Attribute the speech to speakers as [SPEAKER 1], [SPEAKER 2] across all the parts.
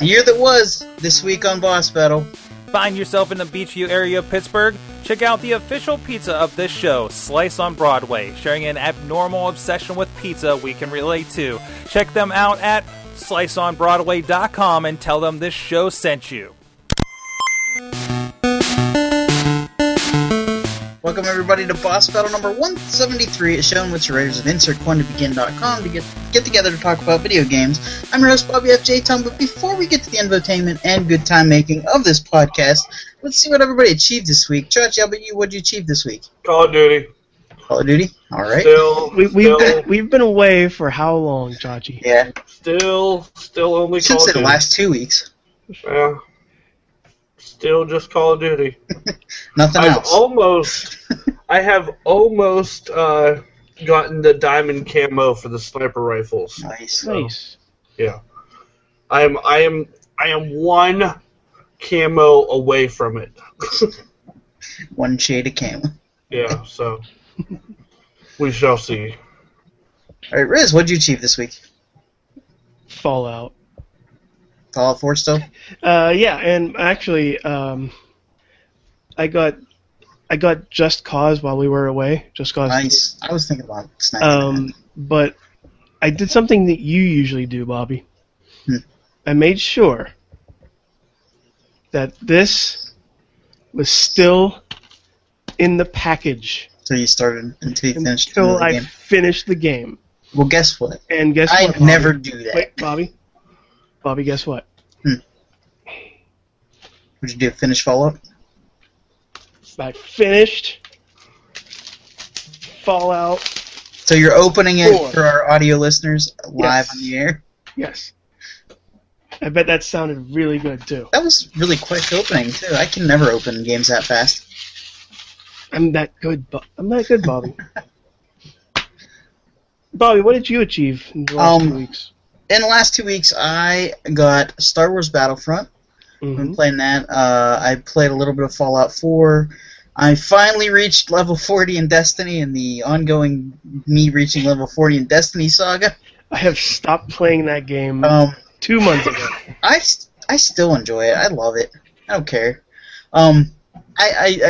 [SPEAKER 1] Year that was this week on Boss Battle.
[SPEAKER 2] Find yourself in the Beachview area of Pittsburgh? Check out the official pizza of this show, Slice on Broadway, sharing an abnormal obsession with pizza we can relate to. Check them out at sliceonbroadway.com and tell them this show sent you.
[SPEAKER 1] Welcome everybody to Boss Battle number 173, a show in which the writers of InsertCoinToBegin.com to get, get together to talk about video games. I'm your host Bobby F. J. Tom, but before we get to the entertainment and good time making of this podcast, let's see what everybody achieved this week. Church, how about you? What did you achieve this week?
[SPEAKER 3] Call of Duty.
[SPEAKER 1] Call of Duty? All right.
[SPEAKER 3] Still,
[SPEAKER 4] We, we've
[SPEAKER 3] still,
[SPEAKER 4] been, we've been away for how long, Chachi?
[SPEAKER 1] Yeah.
[SPEAKER 3] still, still only Call
[SPEAKER 1] Since
[SPEAKER 3] of
[SPEAKER 1] the
[SPEAKER 3] Duty.
[SPEAKER 1] last two weeks.
[SPEAKER 3] Yeah. Still just Call of Duty.
[SPEAKER 1] Nothing
[SPEAKER 3] I've
[SPEAKER 1] else.
[SPEAKER 3] almost, I have almost uh, gotten the diamond camo for the sniper rifles.
[SPEAKER 1] nice.
[SPEAKER 4] Nice.
[SPEAKER 3] Yeah. I am, I am, I am one camo away from it.
[SPEAKER 1] One shade of camo.
[SPEAKER 3] yeah. So we shall see.
[SPEAKER 1] All right, Riz, what did you achieve this week?
[SPEAKER 4] Fallout.
[SPEAKER 1] Fallout 4 still?
[SPEAKER 4] Uh, yeah, and actually, um, I got I got Just Cause while we were away. Just Cause.
[SPEAKER 1] Nice. I was thinking about sniping.
[SPEAKER 4] Um, but I did something that you usually do, Bobby.
[SPEAKER 1] Hmm.
[SPEAKER 4] I made sure that this was still in the package
[SPEAKER 1] until you started, until you finished
[SPEAKER 4] until
[SPEAKER 1] the
[SPEAKER 4] I
[SPEAKER 1] game.
[SPEAKER 4] finished the game.
[SPEAKER 1] Well, guess what?
[SPEAKER 4] And guess
[SPEAKER 1] I
[SPEAKER 4] what? Bobby?
[SPEAKER 1] never do that.
[SPEAKER 4] Wait, Bobby. Bobby, guess what?
[SPEAKER 1] Would you do finish Fallout?
[SPEAKER 4] I finished Fallout.
[SPEAKER 1] So you're opening it
[SPEAKER 4] Four.
[SPEAKER 1] for our audio listeners live
[SPEAKER 4] Yes.
[SPEAKER 1] on the air.
[SPEAKER 4] Yes. I bet that sounded really good too.
[SPEAKER 1] That was really quick opening too. I can never open games that fast.
[SPEAKER 4] I'm that good. Bo- I'm that good, Bobby. Bobby, what did you achieve in the last
[SPEAKER 1] Um,
[SPEAKER 4] two weeks?
[SPEAKER 1] In the last two weeks, I got Star Wars Battlefront. I've been
[SPEAKER 4] Mhm.
[SPEAKER 1] playing that. Uh, I played a little bit of Fallout 4. I finally reached level 40 in Destiny, and the ongoing me reaching level 40 in Destiny saga.
[SPEAKER 4] I have stopped playing that game
[SPEAKER 1] Um,
[SPEAKER 4] two months ago.
[SPEAKER 1] I, s- I still enjoy it. I love it. I don't care. Um, I, I,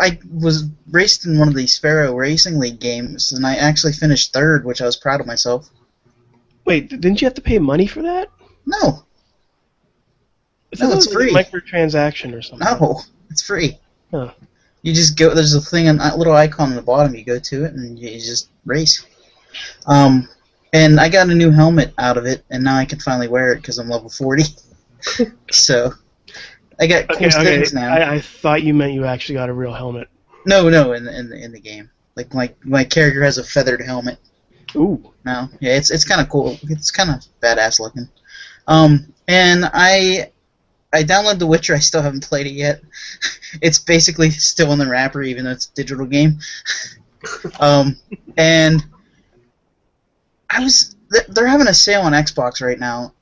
[SPEAKER 1] I, I was raced in one of the Sparrow Racing League games, and I actually finished third, which I was proud of myself.
[SPEAKER 4] Wait, didn't you have to pay money for that?
[SPEAKER 1] No,
[SPEAKER 4] I thought
[SPEAKER 1] No,
[SPEAKER 4] that
[SPEAKER 1] it's
[SPEAKER 4] was like a microtransaction or something.
[SPEAKER 1] no, it's free.
[SPEAKER 4] Huh.
[SPEAKER 1] You just go. There's a thing, a little icon on the bottom. You go to it, and you just race. Um, and I got a new helmet out of it, and now I can finally wear it because I'm level 40. so, I got cool
[SPEAKER 4] Okay, okay.
[SPEAKER 1] things now.
[SPEAKER 4] I, I thought you meant you actually got a real helmet.
[SPEAKER 1] No, no, in the, in the, in the game. Like my my character has a feathered helmet
[SPEAKER 4] Ooh.
[SPEAKER 1] now. Yeah, it's it's kind of cool. It's kind of badass looking. Um, and I I downloaded The Witcher. I still haven't played it yet. it's basically still in the wrapper, even though it's a digital game. um, and I was th- they're having a sale on Xbox right now.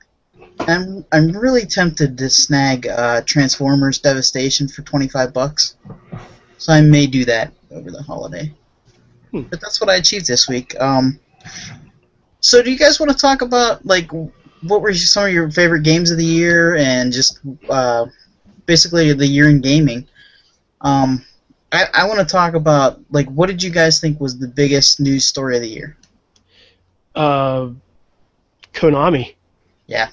[SPEAKER 1] I'm I'm really tempted to snag uh, Transformers Devastation for twenty five bucks. So I may do that over the holiday.
[SPEAKER 4] Hmm.
[SPEAKER 1] But that's what I achieved this week. Um, so do you guys want to talk about like what were some of your favorite games of the year and just uh, basically the year in gaming? Um, I, I want to talk about like what did you guys think was the biggest news story of the year?
[SPEAKER 4] uh, Konami.
[SPEAKER 1] Yeah.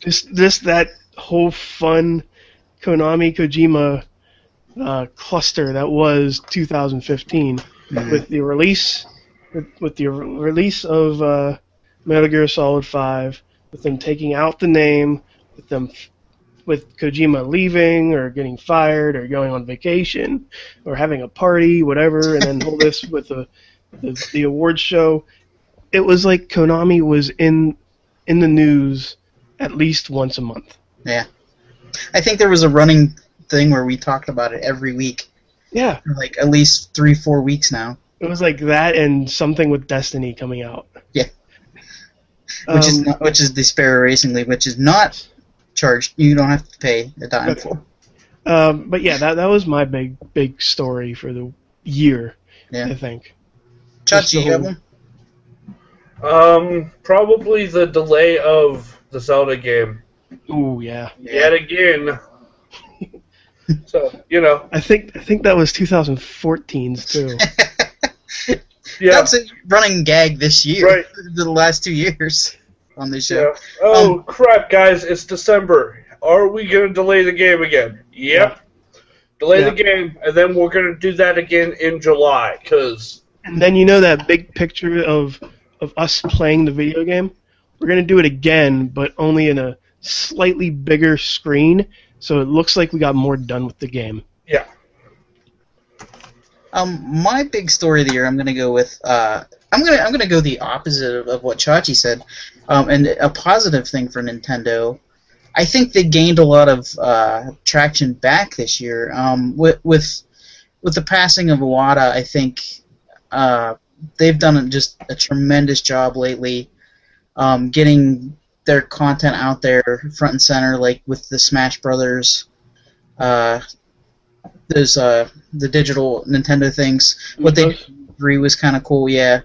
[SPEAKER 4] Just just that whole fun Konami Kojima uh, cluster that was 2015 with the release with, with the re- release of uh, Metal Gear Solid 5, with them taking out the name, with them f- with Kojima leaving or getting fired or going on vacation or having a party, whatever, and then all this with the the, the award show. It was like Konami was in in the news at least once a month.
[SPEAKER 1] I think there was a running thing where we talked about it every week
[SPEAKER 4] Yeah,
[SPEAKER 1] for like at least three four weeks now,
[SPEAKER 4] it was like that and something with Destiny coming out.
[SPEAKER 1] Yeah. which is
[SPEAKER 4] Um,
[SPEAKER 1] not, which is the Sparrow Racing League, which is not charged. You don't have to pay a dime
[SPEAKER 4] Okay.
[SPEAKER 1] for.
[SPEAKER 4] Um, but yeah, that that was my big big story for the year.
[SPEAKER 1] Yeah.
[SPEAKER 4] I think. Just the
[SPEAKER 1] Chachi, you have
[SPEAKER 4] whole-
[SPEAKER 1] one?
[SPEAKER 3] Um, probably the delay of the Zelda game.
[SPEAKER 4] Ooh, yeah.
[SPEAKER 3] Yet again. so, you know,
[SPEAKER 4] I think I think that was 2014's too.
[SPEAKER 3] yeah.
[SPEAKER 1] That's a running gag this year,
[SPEAKER 3] Right.
[SPEAKER 1] the last two years on this show.
[SPEAKER 3] Yeah. Oh
[SPEAKER 1] Um,
[SPEAKER 3] crap, guys! It's December. Are we going to delay the game again? Yep. Delay
[SPEAKER 4] Yeah.
[SPEAKER 3] the game, and then we're going to do that again in July because
[SPEAKER 4] And then you know that big picture of of us playing the video game. We're gonna do it again, but only in a slightly bigger screen, so it looks like we got more done with the game.
[SPEAKER 3] yeah,
[SPEAKER 1] Um, my big story of the year, I'm gonna go with. Uh, I'm gonna I'm gonna go the opposite of, of what Chachi said, um, and a positive thing for Nintendo. I think they gained a lot of uh, traction back this year. Um, with with with the passing of Iwata, I think uh, they've done just a tremendous job lately, um, getting their content out there front and center, like with the Smash Brothers. Uh, those uh, the digital Nintendo things. What they
[SPEAKER 4] Amiibos?
[SPEAKER 1] three was kind of cool. Yeah,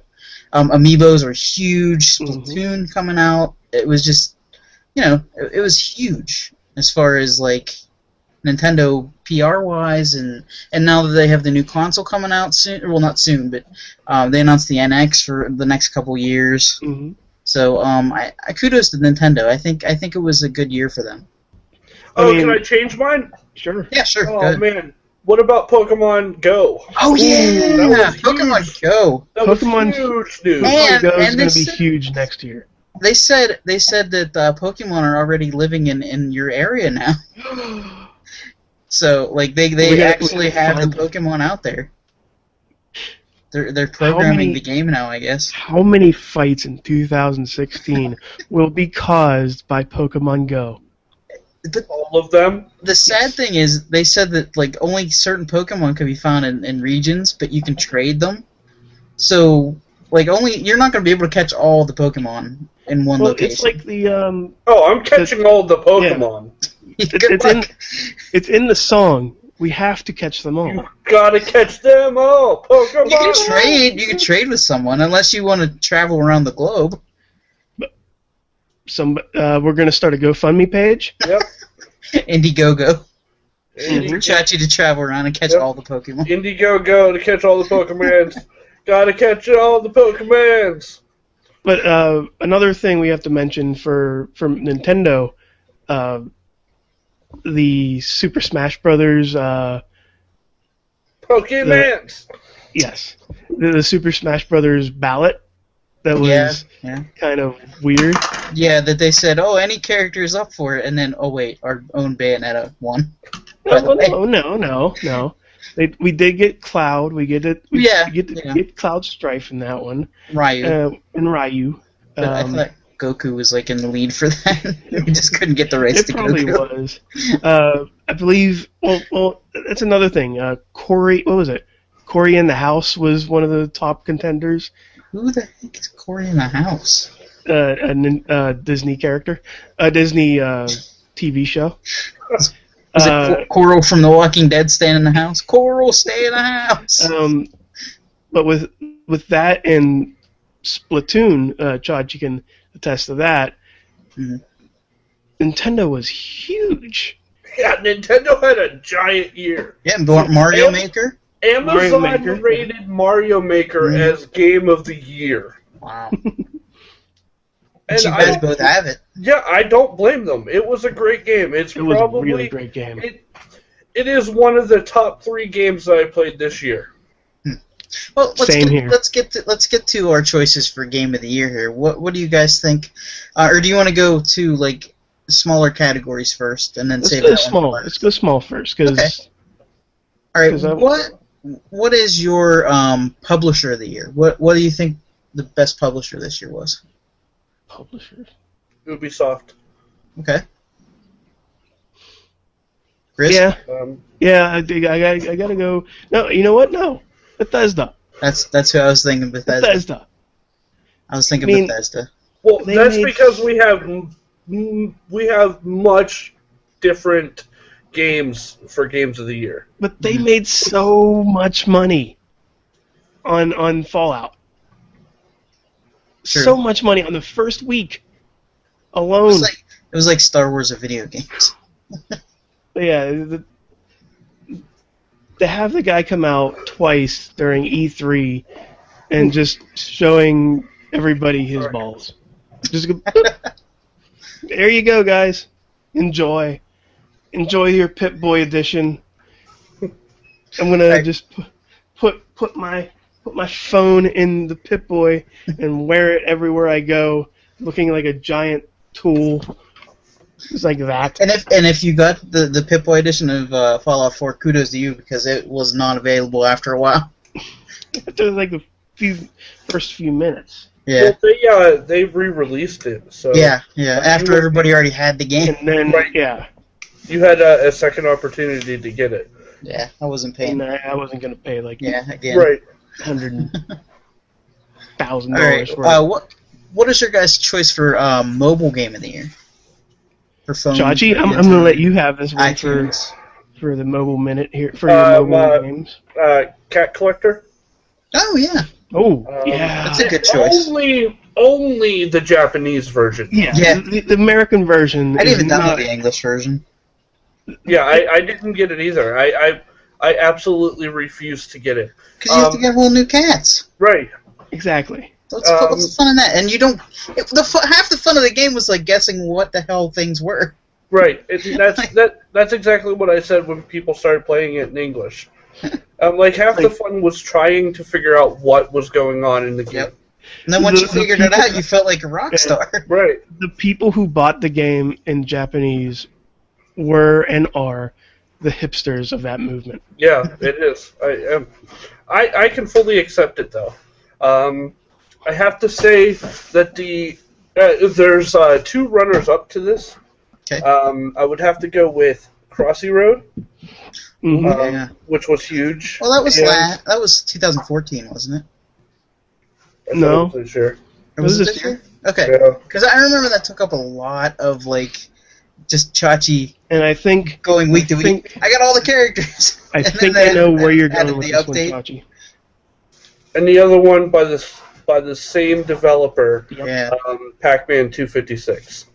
[SPEAKER 1] um, amiibos were huge.
[SPEAKER 4] Mhm.
[SPEAKER 3] Mm-hmm.
[SPEAKER 1] Splatoon coming out, it was just, you know, it, it was huge as far as like Nintendo PR wise, and and now that they have the new console coming out soon, well, not soon, but um, they announced the NX for the next couple years.
[SPEAKER 4] Mhm.
[SPEAKER 1] So um, I, I kudos to Nintendo. I think I think it was a good year for them.
[SPEAKER 3] Oh,
[SPEAKER 4] mean-
[SPEAKER 3] can I change mine?
[SPEAKER 4] Sure.
[SPEAKER 1] Yeah, sure.
[SPEAKER 3] Oh
[SPEAKER 1] go ahead.
[SPEAKER 3] man, what about Pokemon Go?
[SPEAKER 1] Oh
[SPEAKER 3] that
[SPEAKER 1] yeah,
[SPEAKER 3] was
[SPEAKER 1] Pokemon Go.
[SPEAKER 3] That was
[SPEAKER 4] Pokemon-
[SPEAKER 3] huge news.
[SPEAKER 1] Man.
[SPEAKER 4] Pokemon Go is
[SPEAKER 1] and
[SPEAKER 4] gonna
[SPEAKER 1] they
[SPEAKER 4] be
[SPEAKER 1] said-
[SPEAKER 4] huge next year.
[SPEAKER 1] They said they said that uh, Pokemon are already living in, in your area now. so like they, they
[SPEAKER 4] We gotta-
[SPEAKER 1] actually
[SPEAKER 4] we gotta
[SPEAKER 1] have the
[SPEAKER 4] find them.
[SPEAKER 1] Pokemon out there. They're they're programming
[SPEAKER 4] many-
[SPEAKER 1] the game now, I guess.
[SPEAKER 4] How many fights in 2016 will be caused by Pokemon Go?
[SPEAKER 1] But
[SPEAKER 3] All of them.
[SPEAKER 1] the sad thing is, they said that like only certain Pokemon could be found in, in regions, but you can trade them. So like only you're not going to be able to catch all the Pokemon in one
[SPEAKER 4] Well,
[SPEAKER 1] location.
[SPEAKER 4] it's like the um,
[SPEAKER 3] Oh, I'm catching all the Pokemon.
[SPEAKER 1] Good
[SPEAKER 4] it's in-
[SPEAKER 1] luck.
[SPEAKER 4] it's in the song. We have to catch them all.
[SPEAKER 3] Gotta catch them all, Pokemon.
[SPEAKER 1] You can trade. You can trade with someone unless you want to travel around the globe.
[SPEAKER 4] Some uh, we're gonna start a GoFundMe page.
[SPEAKER 3] Yep.
[SPEAKER 1] Indiegogo.
[SPEAKER 4] Mhm.
[SPEAKER 1] Chachi to travel around and catch
[SPEAKER 3] Yep.
[SPEAKER 1] all the Pokemon.
[SPEAKER 3] Indiegogo to catch all the Pokemons. Gotta catch all the Pokemons.
[SPEAKER 4] But uh, another thing we have to mention for for Nintendo, uh, the Super Smash Brothers. Uh,
[SPEAKER 3] Pokemons.
[SPEAKER 4] yes, the, the Super Smash Brothers ballot that was
[SPEAKER 1] Yeah, yeah,
[SPEAKER 4] kind of weird.
[SPEAKER 1] yeah. That they said, oh, any character is up for it, and then oh wait, our own Bayonetta won. By the
[SPEAKER 4] No,
[SPEAKER 1] way.
[SPEAKER 4] no, Oh, no, no, no. They, we did get Cloud. We get it. We
[SPEAKER 1] Yeah,
[SPEAKER 4] get to
[SPEAKER 1] yeah.
[SPEAKER 4] get Cloud Strife in that one,
[SPEAKER 1] Ryu.
[SPEAKER 4] uh, and Ryu.
[SPEAKER 1] but I
[SPEAKER 4] Um,
[SPEAKER 1] thought Goku was like in the lead for that. we just couldn't get the rights
[SPEAKER 4] It
[SPEAKER 1] to
[SPEAKER 4] probably
[SPEAKER 1] Goku.
[SPEAKER 4] was. Uh, I believe. Well, well, that's another thing. Uh, Corey, what was it? Corey in the House was one of the top contenders,
[SPEAKER 1] Who the heck is Corey in the house?
[SPEAKER 4] uh, a nin- uh, Disney character, a Disney uh, TV show.
[SPEAKER 1] Was
[SPEAKER 4] Uh,
[SPEAKER 1] it Cor- Coral from The Walking Dead staying in the house? Coral, stay in the house.
[SPEAKER 4] Um, but with with that and Splatoon, uh, Chad, you can attest to that.
[SPEAKER 1] Mhm.
[SPEAKER 4] Nintendo was huge.
[SPEAKER 3] Yeah, Nintendo had a giant year.
[SPEAKER 1] yeah, Mar- Mario
[SPEAKER 3] Yep.
[SPEAKER 1] Maker.
[SPEAKER 3] Amazon
[SPEAKER 4] Maker.
[SPEAKER 3] rated Mario Maker
[SPEAKER 1] Mhm.
[SPEAKER 4] Mm-hmm.
[SPEAKER 3] as Game of the Year.
[SPEAKER 1] Wow,
[SPEAKER 3] And
[SPEAKER 1] you
[SPEAKER 3] I
[SPEAKER 1] guys
[SPEAKER 3] don't-
[SPEAKER 1] both have it.
[SPEAKER 3] yeah, I don't blame them. It was a great game. It's
[SPEAKER 4] It was
[SPEAKER 3] probably
[SPEAKER 4] a really great game.
[SPEAKER 3] It, it is one of the top three games that I played this year.
[SPEAKER 1] Well, let's
[SPEAKER 4] Same
[SPEAKER 1] get,
[SPEAKER 4] here.
[SPEAKER 1] Let's get to, let's get to our choices for game of the year here. What what do you guys think, uh, or do you want to go to like smaller categories first and then
[SPEAKER 4] Let's
[SPEAKER 1] save
[SPEAKER 4] go
[SPEAKER 1] that one
[SPEAKER 4] small.
[SPEAKER 1] for-
[SPEAKER 4] Let's go small first, because.
[SPEAKER 1] Okay. All right,
[SPEAKER 4] 'cause I-
[SPEAKER 1] what what is your um, publisher of the year? What what do you think the best publisher this year was?
[SPEAKER 4] publisher.
[SPEAKER 3] Ubisoft.
[SPEAKER 1] Okay, Chris,
[SPEAKER 4] Yeah,
[SPEAKER 3] Um,
[SPEAKER 4] yeah. I, think I, gotta- I gotta go. No, you know what? No, Bethesda.
[SPEAKER 1] that's that's who I was thinking. Bethesda.
[SPEAKER 4] Bethesda.
[SPEAKER 1] I was thinking
[SPEAKER 4] I mean-
[SPEAKER 1] Bethesda.
[SPEAKER 3] well,
[SPEAKER 4] They
[SPEAKER 3] that's
[SPEAKER 4] made-
[SPEAKER 3] because we have m- m- we have much different games for games of the year.
[SPEAKER 4] But they made so much money on on Fallout.
[SPEAKER 1] True.
[SPEAKER 4] So much money on the first week
[SPEAKER 1] It
[SPEAKER 4] alone.
[SPEAKER 1] was like It was like Star Wars of video games.
[SPEAKER 4] But yeah, the, to have the guy come out twice during E3 and just showing everybody his balls. Just go, "Boop." there you go, guys. Enjoy, enjoy your Pip Boy edition. I'm gonna
[SPEAKER 1] Right.
[SPEAKER 4] just pu- put put my put my phone in the Pip Boy and wear it everywhere I go, looking like a giant tool. Just like that.
[SPEAKER 1] And if and if you got the the Pip Boy edition of uh, Fallout 4, kudos to you because it was not available after a while.
[SPEAKER 4] After like the few first few minutes,
[SPEAKER 1] Yeah,
[SPEAKER 3] Well, they, uh, they re-released it, so
[SPEAKER 1] yeah, yeah. After everybody already had the game.
[SPEAKER 4] and then
[SPEAKER 3] Right.
[SPEAKER 4] yeah,
[SPEAKER 3] you had uh, a second opportunity to get it.
[SPEAKER 1] Yeah, I wasn't
[SPEAKER 4] and uh,
[SPEAKER 1] paying.
[SPEAKER 4] I, I wasn't gonna pay like
[SPEAKER 1] Yeah, again.
[SPEAKER 3] Right.
[SPEAKER 4] hundred thousand
[SPEAKER 1] All right.
[SPEAKER 4] dollars worth.
[SPEAKER 1] Uh, what what is your guys' choice for um, mobile game of the year? For phone.
[SPEAKER 4] Chachi, I'm, I'm gonna let you have this one for,
[SPEAKER 1] iTunes.
[SPEAKER 4] for the mobile minute here for your
[SPEAKER 3] Uh,
[SPEAKER 4] mobile
[SPEAKER 3] well,
[SPEAKER 4] games.
[SPEAKER 3] Uh, Cat Collector.
[SPEAKER 1] Oh yeah,
[SPEAKER 4] Oh
[SPEAKER 3] um,
[SPEAKER 4] yeah,
[SPEAKER 1] that's a good choice.
[SPEAKER 3] Only, only the Japanese version.
[SPEAKER 4] yeah.
[SPEAKER 1] Yeah.
[SPEAKER 4] The, the American version.
[SPEAKER 1] I didn't even
[SPEAKER 4] is
[SPEAKER 1] download
[SPEAKER 4] not-
[SPEAKER 1] the English version.
[SPEAKER 3] Yeah, I, I didn't get it either. I, I, I absolutely refused to get it.
[SPEAKER 1] Because you have to
[SPEAKER 3] Um,
[SPEAKER 1] get whole new cats.
[SPEAKER 3] Right.
[SPEAKER 4] exactly.
[SPEAKER 1] What's, the-
[SPEAKER 3] um,
[SPEAKER 1] what's the fun in that? And you don't. It, the fu- half the fun of the game was like guessing what the hell things were.
[SPEAKER 3] Right. It, that's that. That's exactly what I said when people started playing it in English. Um, like half the fun was trying to figure out what was going on in the game.
[SPEAKER 1] Yep. And then once you
[SPEAKER 4] The- the
[SPEAKER 1] figured it
[SPEAKER 4] people-
[SPEAKER 1] out, you felt like a rock star.
[SPEAKER 3] Right.
[SPEAKER 4] The people who bought the game in Japanese were and are the hipsters of that movement.
[SPEAKER 3] Yeah, it is. I am. I I can fully accept it though. Um, I have to say that the uh, there's uh, two runners up to this.
[SPEAKER 1] 'Kay.
[SPEAKER 3] Um, I would have to go with Crossy Road,
[SPEAKER 4] Mhm.
[SPEAKER 3] um,
[SPEAKER 1] Mm, Yeah.
[SPEAKER 3] which was huge.
[SPEAKER 1] Well, that was
[SPEAKER 3] And-
[SPEAKER 1] la- that was 2014, wasn't it?
[SPEAKER 3] I thought
[SPEAKER 4] No.
[SPEAKER 3] it was this year.
[SPEAKER 1] Or was
[SPEAKER 4] Was it
[SPEAKER 1] it
[SPEAKER 4] this
[SPEAKER 1] this year? Okay,
[SPEAKER 3] Yeah.
[SPEAKER 1] because I remember that took up a lot of like just Chachi
[SPEAKER 4] And I think
[SPEAKER 1] going week to
[SPEAKER 4] I
[SPEAKER 1] week.
[SPEAKER 4] think-
[SPEAKER 1] I got all the characters.
[SPEAKER 4] I
[SPEAKER 1] And then
[SPEAKER 4] think
[SPEAKER 1] they
[SPEAKER 4] I know where you're
[SPEAKER 1] added
[SPEAKER 4] going with
[SPEAKER 1] the
[SPEAKER 4] this
[SPEAKER 1] update.
[SPEAKER 4] one, Chachi.
[SPEAKER 3] and the other one by the by the same developer,
[SPEAKER 1] Yeah,
[SPEAKER 3] um, Pac-Man 256.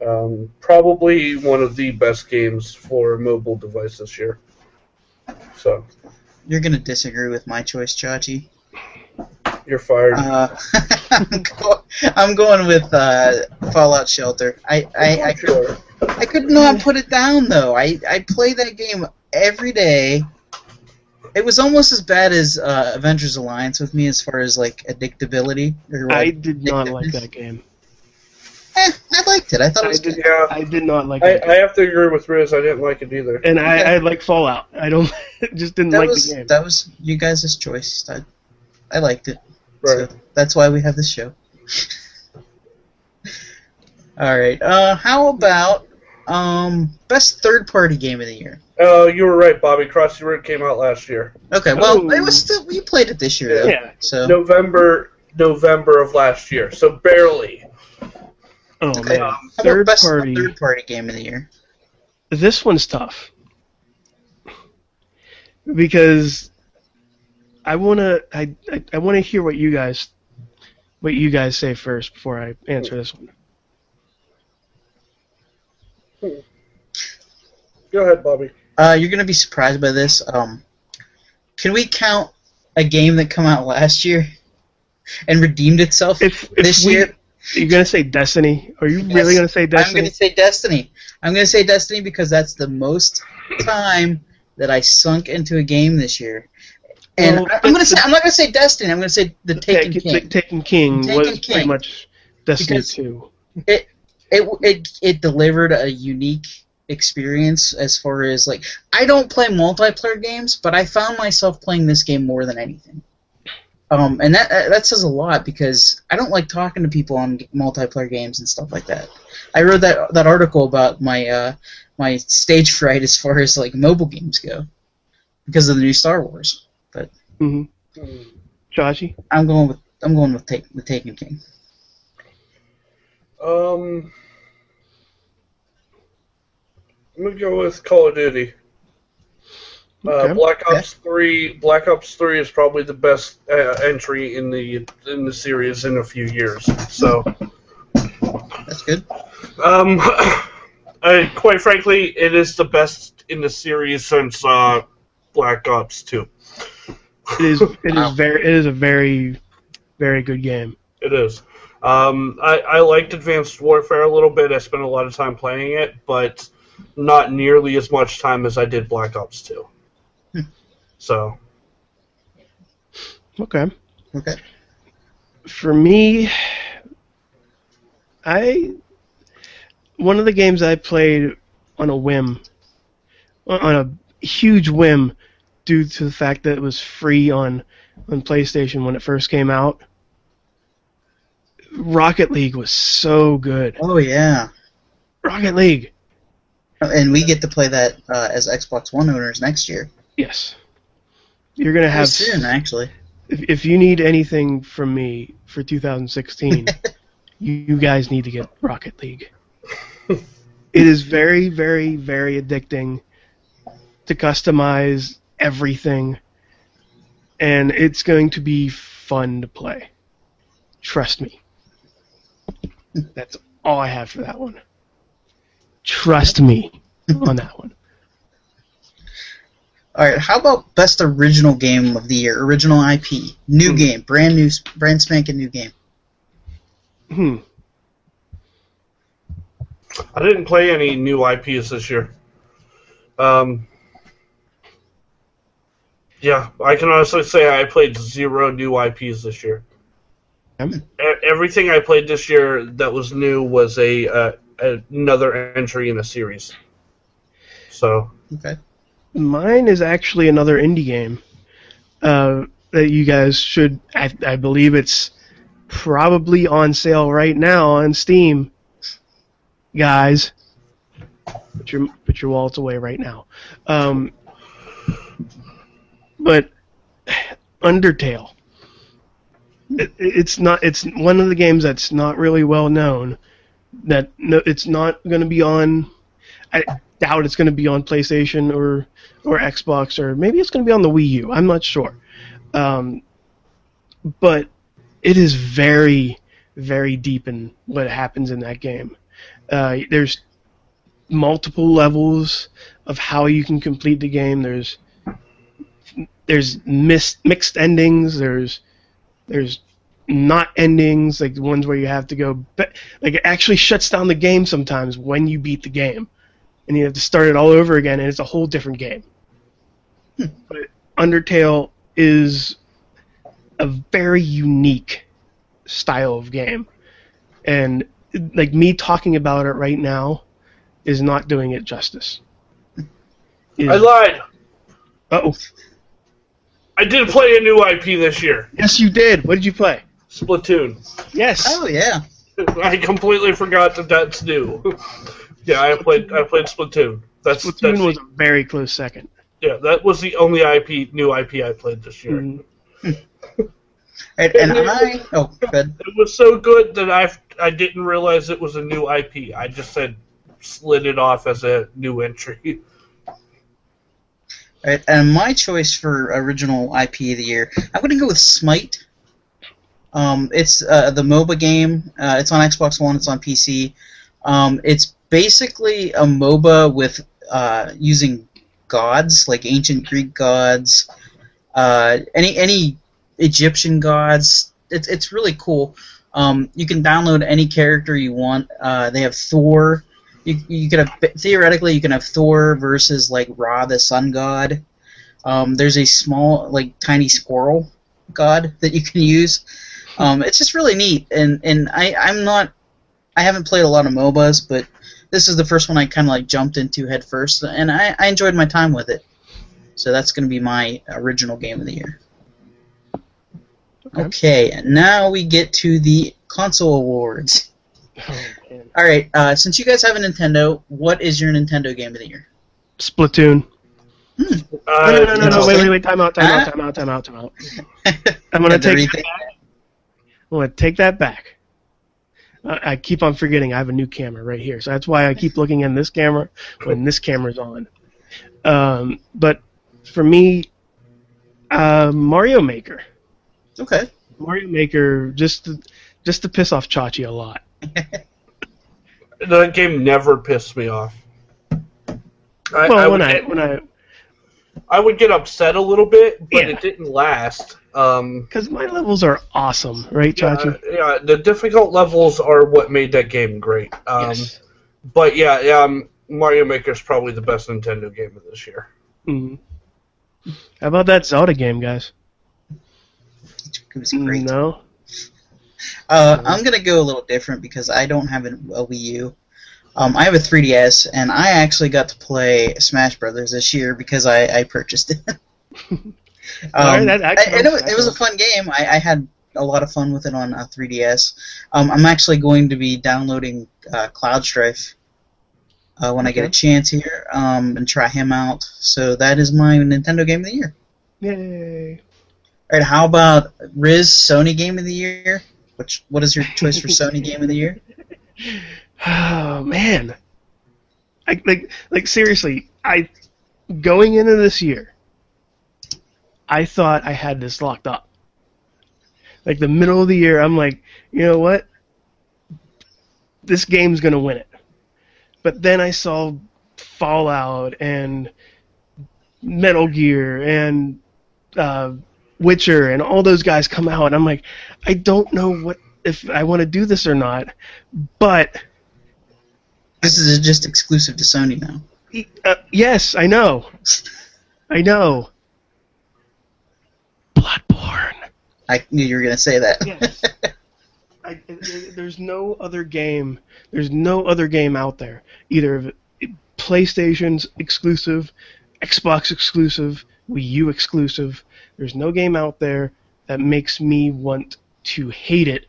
[SPEAKER 1] Hmm.
[SPEAKER 3] Um, probably one of the best games for a mobile device this year. So
[SPEAKER 1] you're gonna disagree with my choice, Chachi.
[SPEAKER 3] you're fired.
[SPEAKER 1] Uh, I'm, go- I'm going with uh, Fallout Shelter. I I, I, could,
[SPEAKER 3] Sure.
[SPEAKER 1] I could not put it down though. I I play that game every day. It was almost as bad as uh, Avengers Alliance with me as far as like addictability. Or,
[SPEAKER 4] I
[SPEAKER 1] like,
[SPEAKER 4] did not like
[SPEAKER 1] addictiveness.
[SPEAKER 4] that game.
[SPEAKER 1] Eh, I liked it. I thought it
[SPEAKER 4] I
[SPEAKER 1] was good.
[SPEAKER 4] did,
[SPEAKER 3] Yeah,
[SPEAKER 4] I did not like
[SPEAKER 3] I,
[SPEAKER 4] it.
[SPEAKER 3] I have to agree with Riz. I didn't like it either.
[SPEAKER 4] and I,
[SPEAKER 1] Okay.
[SPEAKER 4] I like Fallout. I don't just didn't
[SPEAKER 1] that
[SPEAKER 4] like
[SPEAKER 1] was
[SPEAKER 4] the game.
[SPEAKER 1] that was you guys' choice. I, I liked it.
[SPEAKER 3] Right.
[SPEAKER 1] So that's why we have this show. All right. Uh, how about um, best third party game of the year?
[SPEAKER 3] Oh, you were right, Bobby. Crossy Road came out last year,
[SPEAKER 1] Okay. Well,
[SPEAKER 4] Oh.
[SPEAKER 1] it was still you played it this year though.
[SPEAKER 4] Yeah.
[SPEAKER 1] So
[SPEAKER 3] November November of last year, so barely.
[SPEAKER 4] Oh
[SPEAKER 1] okay. Um,
[SPEAKER 4] man,
[SPEAKER 1] How about
[SPEAKER 4] third
[SPEAKER 1] best
[SPEAKER 4] party.
[SPEAKER 1] third party game of the year?
[SPEAKER 4] this one's tough because I wanna I, I, I wanna hear what you guys what you guys say first before I answer this one.
[SPEAKER 3] Go ahead, Bobby.
[SPEAKER 1] Uh, you're gonna be surprised by this. Um, can we count a game that come out last year and redeemed itself
[SPEAKER 4] If, if
[SPEAKER 1] this
[SPEAKER 4] we,
[SPEAKER 1] year?
[SPEAKER 4] you're gonna say Destiny? Are you really
[SPEAKER 1] Yes.
[SPEAKER 4] gonna say
[SPEAKER 1] I'm going
[SPEAKER 4] Destiny?
[SPEAKER 1] to say Destiny. I'm going to say Destiny because that's the most time that I sunk into a game this year. And
[SPEAKER 4] Well,
[SPEAKER 1] I- I'm going
[SPEAKER 4] but
[SPEAKER 1] to say I'm not going to say Destiny. I'm going to say the Taken
[SPEAKER 4] Taken-
[SPEAKER 1] King.
[SPEAKER 4] Taken King
[SPEAKER 1] Taken
[SPEAKER 4] was pretty
[SPEAKER 1] King.
[SPEAKER 4] much Destiny
[SPEAKER 1] Because-
[SPEAKER 4] two.
[SPEAKER 1] It, it it delivered a unique experience as far as like I don't play multiplayer games, but I found myself playing this game more than anything. Um, and that uh, that says a lot because I don't like talking to people on multiplayer games and stuff like that. I wrote that that article about my uh, my stage fright as far as like mobile games go because of the new Star Wars.
[SPEAKER 4] Mm-hmm.
[SPEAKER 1] Mm.
[SPEAKER 4] Chachi,
[SPEAKER 1] I'm going with I'm going with take, the Taken King.
[SPEAKER 3] Um, I'm gonna go with Call of Duty.
[SPEAKER 4] Okay.
[SPEAKER 3] Uh, Black Ops Three. Black Ops Three is probably the best uh, entry in the in the series in a few years. So
[SPEAKER 1] That's good.
[SPEAKER 3] Um, I, quite frankly, it is the best in the series since uh, Black Ops Two.
[SPEAKER 4] It is it is very it is a very very good game.
[SPEAKER 3] It is. Um, I, I liked Advanced Warfare a little bit. I spent a lot of time playing it, but not nearly as much time as I did Black Ops Two. so
[SPEAKER 4] Okay.
[SPEAKER 1] Okay.
[SPEAKER 4] for me, I one of the games I played on a whim, on a huge whim, due to the fact that it was free on on PlayStation when it first came out. Rocket League was so good.
[SPEAKER 1] Oh yeah.
[SPEAKER 4] Rocket League,
[SPEAKER 1] And we get to play that uh, as Xbox One owners next year.
[SPEAKER 4] yes. You're gonna have
[SPEAKER 1] soon, actually.
[SPEAKER 4] if, if you need anything from me for 2016, you, you guys need to get Rocket League. it is very, very, very addicting to customize everything, and it's going to be fun to play. Trust me. That's all I have for that one. Trust me on that one.
[SPEAKER 1] All right. How about best original game of the year? Original IP, new game, brand new, brand spanking new game.
[SPEAKER 4] Hmm.
[SPEAKER 3] I didn't play any new IPs this year. Um, yeah, I can honestly say I played zero new IPs this year.
[SPEAKER 4] Hmm.
[SPEAKER 3] E- Everything I played this year that was new was a uh, another entry in a series. So
[SPEAKER 1] Okay.
[SPEAKER 4] Mine is actually another indie game uh, that you guys should. I, I believe it's probably on sale right now on Steam. Guys, put your put your wallets away right now. Um, but Undertale. It, it's not. It's one of the games that's not really well known. That no, it's not going to be on. I doubt it's going to be on PlayStation or or Xbox or maybe it's going to be on the Wii U. I'm not sure, um, but it is very very deep in what happens in that game. Uh, there's multiple levels of how you can complete the game. There's there's mis- mixed endings. There's there's not endings like the ones where you have to go. But like it actually shuts down the game sometimes when you beat the game and you have to start it all over again, and it's a whole different game. But Undertale is a very unique style of game, and like me talking about it right now is not doing it justice. Is-
[SPEAKER 3] I lied.
[SPEAKER 4] Uh-oh.
[SPEAKER 3] I did play a new IP this year.
[SPEAKER 4] yes, you did. What did you play?
[SPEAKER 3] Splatoon.
[SPEAKER 4] Yes.
[SPEAKER 1] Oh yeah.
[SPEAKER 3] I completely forgot that that's new. yeah, I played. I played Splatoon. That's that's
[SPEAKER 4] Splatoon was a very close second.
[SPEAKER 3] Yeah, that was the only IP new IP I played this year.
[SPEAKER 4] Mhm.
[SPEAKER 1] All right, and I. Oh, good.
[SPEAKER 3] It was so good that I I didn't realize it was a new IP. I just said slid it off as a new entry.
[SPEAKER 1] All right, and my choice for original IP of the year, I'm going to go with Smite. Um, it's uh, the MOBA game. Uh, it's on Xbox One. It's on PC. Um, it's basically a MOBA with uh, using gods, like ancient Greek gods, uh, any any Egyptian gods. It's it's really cool. Um, you can download any character you want. Uh, they have Thor. You, you could have theoretically you can have Thor versus like Ra the sun god. Um, there's a small like tiny squirrel god that you can use. Um, it's just really neat, and and I I'm not I haven't played a lot of MOBAs, but this is the first one I kind of like jumped into head first, and I, I enjoyed my time with it. So that's going to be my original game of the year. Okay, and now we get to the console awards.
[SPEAKER 4] Oh, man.
[SPEAKER 1] All right, uh, since you guys have a Nintendo, what is your Nintendo game of the year?
[SPEAKER 4] Splatoon.
[SPEAKER 3] Uh,
[SPEAKER 4] No, no, no, no, no, wait, wait, wait, time out, time
[SPEAKER 1] Huh?
[SPEAKER 4] out, time out, time out, time out. I'm gonna
[SPEAKER 1] Had to
[SPEAKER 4] take,
[SPEAKER 1] rethink-
[SPEAKER 4] I'm gonna take that back. I, I keep on forgetting I have a new camera right here, so that's why I keep looking in this camera when this camera's on. Um, but for me, uh, Mario Maker,
[SPEAKER 1] Okay.
[SPEAKER 4] Mario Maker, just to, just to piss off Chachi a lot.
[SPEAKER 3] That game never pissed me off. I,
[SPEAKER 4] well,
[SPEAKER 3] I
[SPEAKER 4] when
[SPEAKER 3] would
[SPEAKER 4] I
[SPEAKER 3] get,
[SPEAKER 4] when I
[SPEAKER 3] I would get upset a little bit, but
[SPEAKER 4] Yeah.
[SPEAKER 3] it didn't last. Um,
[SPEAKER 4] because my levels are awesome, right,
[SPEAKER 3] yeah,
[SPEAKER 4] Chachi?
[SPEAKER 3] yeah, the difficult levels are what made that game great. Um,
[SPEAKER 4] yes.
[SPEAKER 3] But yeah, um, Mario Maker's probably the best Nintendo game of this year.
[SPEAKER 4] Mhm. How about that Zelda game, guys?
[SPEAKER 1] It was great.
[SPEAKER 4] No.
[SPEAKER 1] Uh,
[SPEAKER 4] Mm-hmm.
[SPEAKER 1] I'm gonna go a little different because I don't have an- a Wii U. Um, I have a 3DS, and I actually got to play Smash Brothers this year because I, I purchased it. um,
[SPEAKER 4] Alright, that- that
[SPEAKER 1] I- and it,
[SPEAKER 4] counts,
[SPEAKER 1] was,
[SPEAKER 4] that
[SPEAKER 1] it was a
[SPEAKER 4] counts.
[SPEAKER 1] fun game. I, I had a lot of fun with it on uh, 3DS. Um, I'm actually going to be downloading uh, Cloud Strife uh, when I get a
[SPEAKER 4] Okay.
[SPEAKER 1] chance here um, and try him out. So that is my Nintendo game of the year.
[SPEAKER 4] Yay.
[SPEAKER 1] All right, how about Riz Sony Game of the Year? Which what is your choice for Sony Game of the Year?
[SPEAKER 4] Oh man. I, like like seriously, I going into this year, I thought I had this locked up. Like the middle of the year, I'm like, you know what? This game's gonna win it. But then I saw Fallout and Metal Gear and uh, Witcher and all those guys come out, and I'm like, I don't know what if I want to do this or not, but
[SPEAKER 1] This is just exclusive to Sony now.
[SPEAKER 4] Uh, yes, I know. I know. Bloodborne.
[SPEAKER 1] I knew you were gonna say that.
[SPEAKER 4] Yes. I, there- there's no other game. There's no other game out there, either of it- PlayStation's exclusive, Xbox exclusive, Wii U exclusive. There's no game out there that makes me want to hate it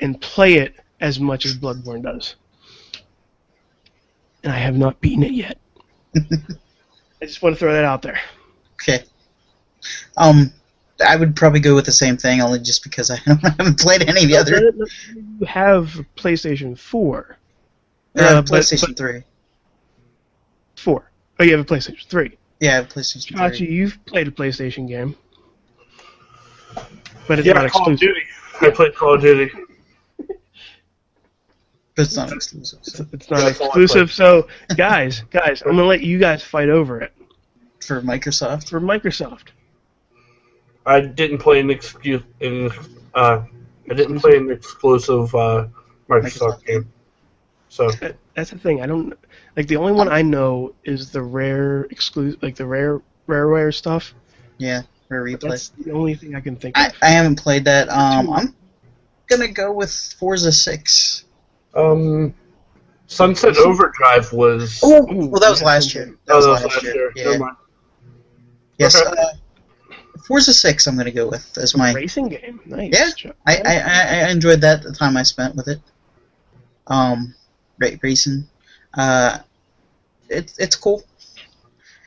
[SPEAKER 4] and play it as much as Bloodborne does. And I have not beaten it yet. I just want to throw that out there.
[SPEAKER 1] Okay. Um, I would probably go with the same thing, only just because I haven't played any
[SPEAKER 4] Oh,
[SPEAKER 1] of the other. uh,
[SPEAKER 4] You have PlayStation 4.
[SPEAKER 1] I have
[SPEAKER 4] Uh, but-
[SPEAKER 1] PlayStation Three.
[SPEAKER 4] Four. Oh, you have a PlayStation 3.
[SPEAKER 1] Yeah, I have PlayStation
[SPEAKER 4] Chachi,
[SPEAKER 1] Three.
[SPEAKER 4] you've played a PlayStation game. But it's not
[SPEAKER 3] Yeah, Call of
[SPEAKER 4] exclusive.
[SPEAKER 3] Duty. I played Call of Duty.
[SPEAKER 1] But it's not exclusive. so
[SPEAKER 4] It's not
[SPEAKER 3] Yeah, that's all I played.
[SPEAKER 4] exclusive. So, guys, guys, I'm going to let you guys fight over it.
[SPEAKER 1] for Microsoft.
[SPEAKER 4] For Microsoft.
[SPEAKER 3] I didn't play an excuse in. Uh, I didn't play an exclusive uh, Microsoft
[SPEAKER 1] Microsoft.
[SPEAKER 3] game. So
[SPEAKER 4] That, that's the thing. I don't. Like, the only one I know is the rare exclusive. Like, the rare. Rareware stuff.
[SPEAKER 1] Yeah, for replay.
[SPEAKER 4] That's the only thing I can think
[SPEAKER 1] I,
[SPEAKER 4] of.
[SPEAKER 1] I haven't played that. Um, I'm gonna go with Forza Six.
[SPEAKER 3] um, Sunset Overdrive was.
[SPEAKER 1] Oh, well, that was last year. That
[SPEAKER 3] Oh,
[SPEAKER 1] was
[SPEAKER 3] that
[SPEAKER 1] last, year.
[SPEAKER 3] Never
[SPEAKER 1] Yeah.
[SPEAKER 3] mind.
[SPEAKER 1] Yes.
[SPEAKER 3] Okay.
[SPEAKER 1] Uh, Forza Six. I'm gonna go with as my
[SPEAKER 4] Racing game. Nice.
[SPEAKER 1] Yeah,
[SPEAKER 4] Chuck.
[SPEAKER 1] I, I, I- I enjoyed that the time I spent with it. Um, ra- racing, uh, it's it's cool.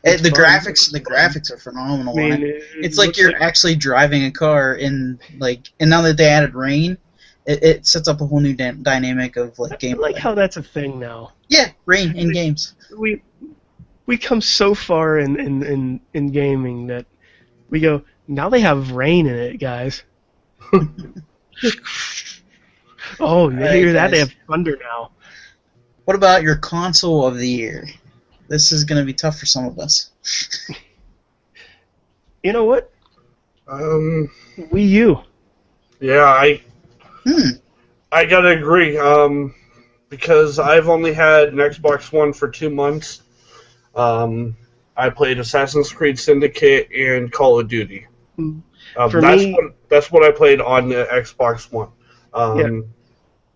[SPEAKER 1] It,
[SPEAKER 4] It's
[SPEAKER 1] the
[SPEAKER 4] fun.
[SPEAKER 1] graphics the graphics are phenomenal.
[SPEAKER 4] I mean,
[SPEAKER 1] on it.
[SPEAKER 4] it- it
[SPEAKER 1] It's like
[SPEAKER 4] looks
[SPEAKER 1] you're actually driving a car in like, and now that they added rain, it, it sets up a whole new dy- dynamic of like
[SPEAKER 4] I
[SPEAKER 1] gameplay.
[SPEAKER 4] like how that's a thing now.
[SPEAKER 1] yeah, rain in games.
[SPEAKER 4] We we come so far in in in, in gaming that we go now they have rain in it, guys. oh, you
[SPEAKER 1] Alright,
[SPEAKER 4] hear that? They
[SPEAKER 1] guys.
[SPEAKER 4] have thunder now.
[SPEAKER 1] What about your console of the year? This is gonna be tough for some of us.
[SPEAKER 4] You know what?
[SPEAKER 3] Um,
[SPEAKER 4] Wii U.
[SPEAKER 3] yeah, I
[SPEAKER 1] Hmm.
[SPEAKER 3] I gotta agree. Um, because I've only had an Xbox One for two months. Um, I played Assassin's Creed Syndicate and Call of Duty.
[SPEAKER 4] Hmm.
[SPEAKER 3] Um,
[SPEAKER 4] For
[SPEAKER 3] that's
[SPEAKER 4] me-
[SPEAKER 3] what, that's what I played on the Xbox One. Um,
[SPEAKER 4] Yeah.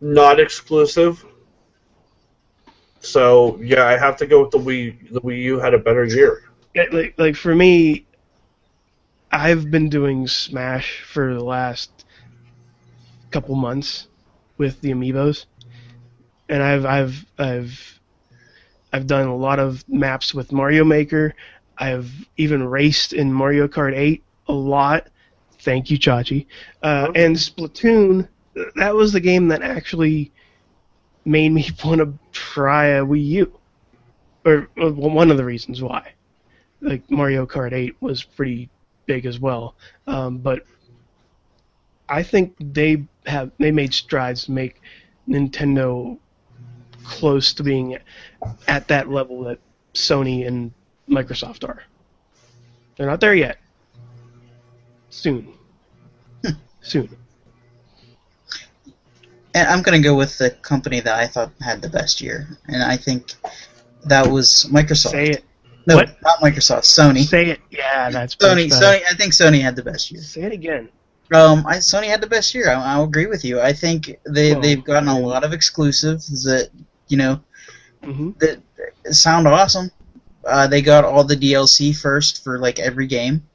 [SPEAKER 3] Not exclusive. So yeah, I have to go with the Wii. The Wii U had a better year.
[SPEAKER 4] Yeah, like, like for me, I've been doing Smash for the last couple months with the amiibos, and I've I've I've I've done a lot of maps with Mario Maker. I've even raced in Mario Kart 8 a lot. Thank you, Chachi. Uh, And Splatoon, th- that was the game that actually made me want to try a Wii U, or, or one of the reasons why like Mario Kart 8 was pretty big as well. Um, but I think they have they made strides to make Nintendo close to being at that level that Sony and Microsoft are. They're not there yet. Soon. Soon.
[SPEAKER 1] And I'm going to go with the company that I thought had the best year, and I think that was Microsoft.
[SPEAKER 4] Say it.
[SPEAKER 1] No,
[SPEAKER 4] What?
[SPEAKER 1] not Microsoft. Sony.
[SPEAKER 4] Say it. Yeah, that's
[SPEAKER 1] Sony.
[SPEAKER 4] much better.
[SPEAKER 1] Sony. I think Sony had the best year.
[SPEAKER 4] Say it again.
[SPEAKER 1] Um, I, Sony had the best year. I, I'll agree with you. I think they
[SPEAKER 4] Well,
[SPEAKER 1] they've gotten
[SPEAKER 4] I
[SPEAKER 1] a
[SPEAKER 4] mean-
[SPEAKER 1] lot of exclusives that you know
[SPEAKER 4] hmm
[SPEAKER 1] that sound awesome. Uh, they got all the DLC first for like every game.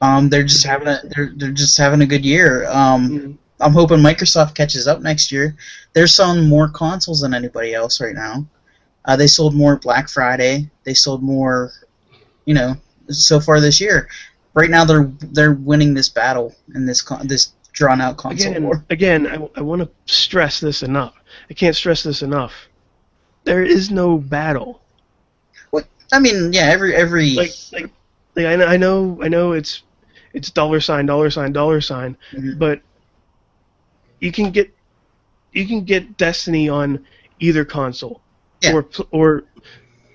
[SPEAKER 1] Um, they're just having a they're, they're just having a good year. Um,
[SPEAKER 4] Mm-hmm.
[SPEAKER 1] I'm hoping Microsoft catches up next year. They're selling more consoles than anybody else right now. Uh, they sold more Black Friday. They sold more, you know, so far this year. Right now, they're they're winning this battle in this con- this drawn out console
[SPEAKER 4] Again,
[SPEAKER 1] war.
[SPEAKER 4] again, I, want to stress this enough. I can't stress this enough. There is no battle.
[SPEAKER 1] What I mean, yeah, every every
[SPEAKER 4] Like, like, like I, know, I know, I know. It's, it's dollar sign, dollar sign, dollar sign.
[SPEAKER 1] Mhm.
[SPEAKER 4] But you can get, you can get Destiny on either console,
[SPEAKER 1] Yeah.
[SPEAKER 4] or pl- or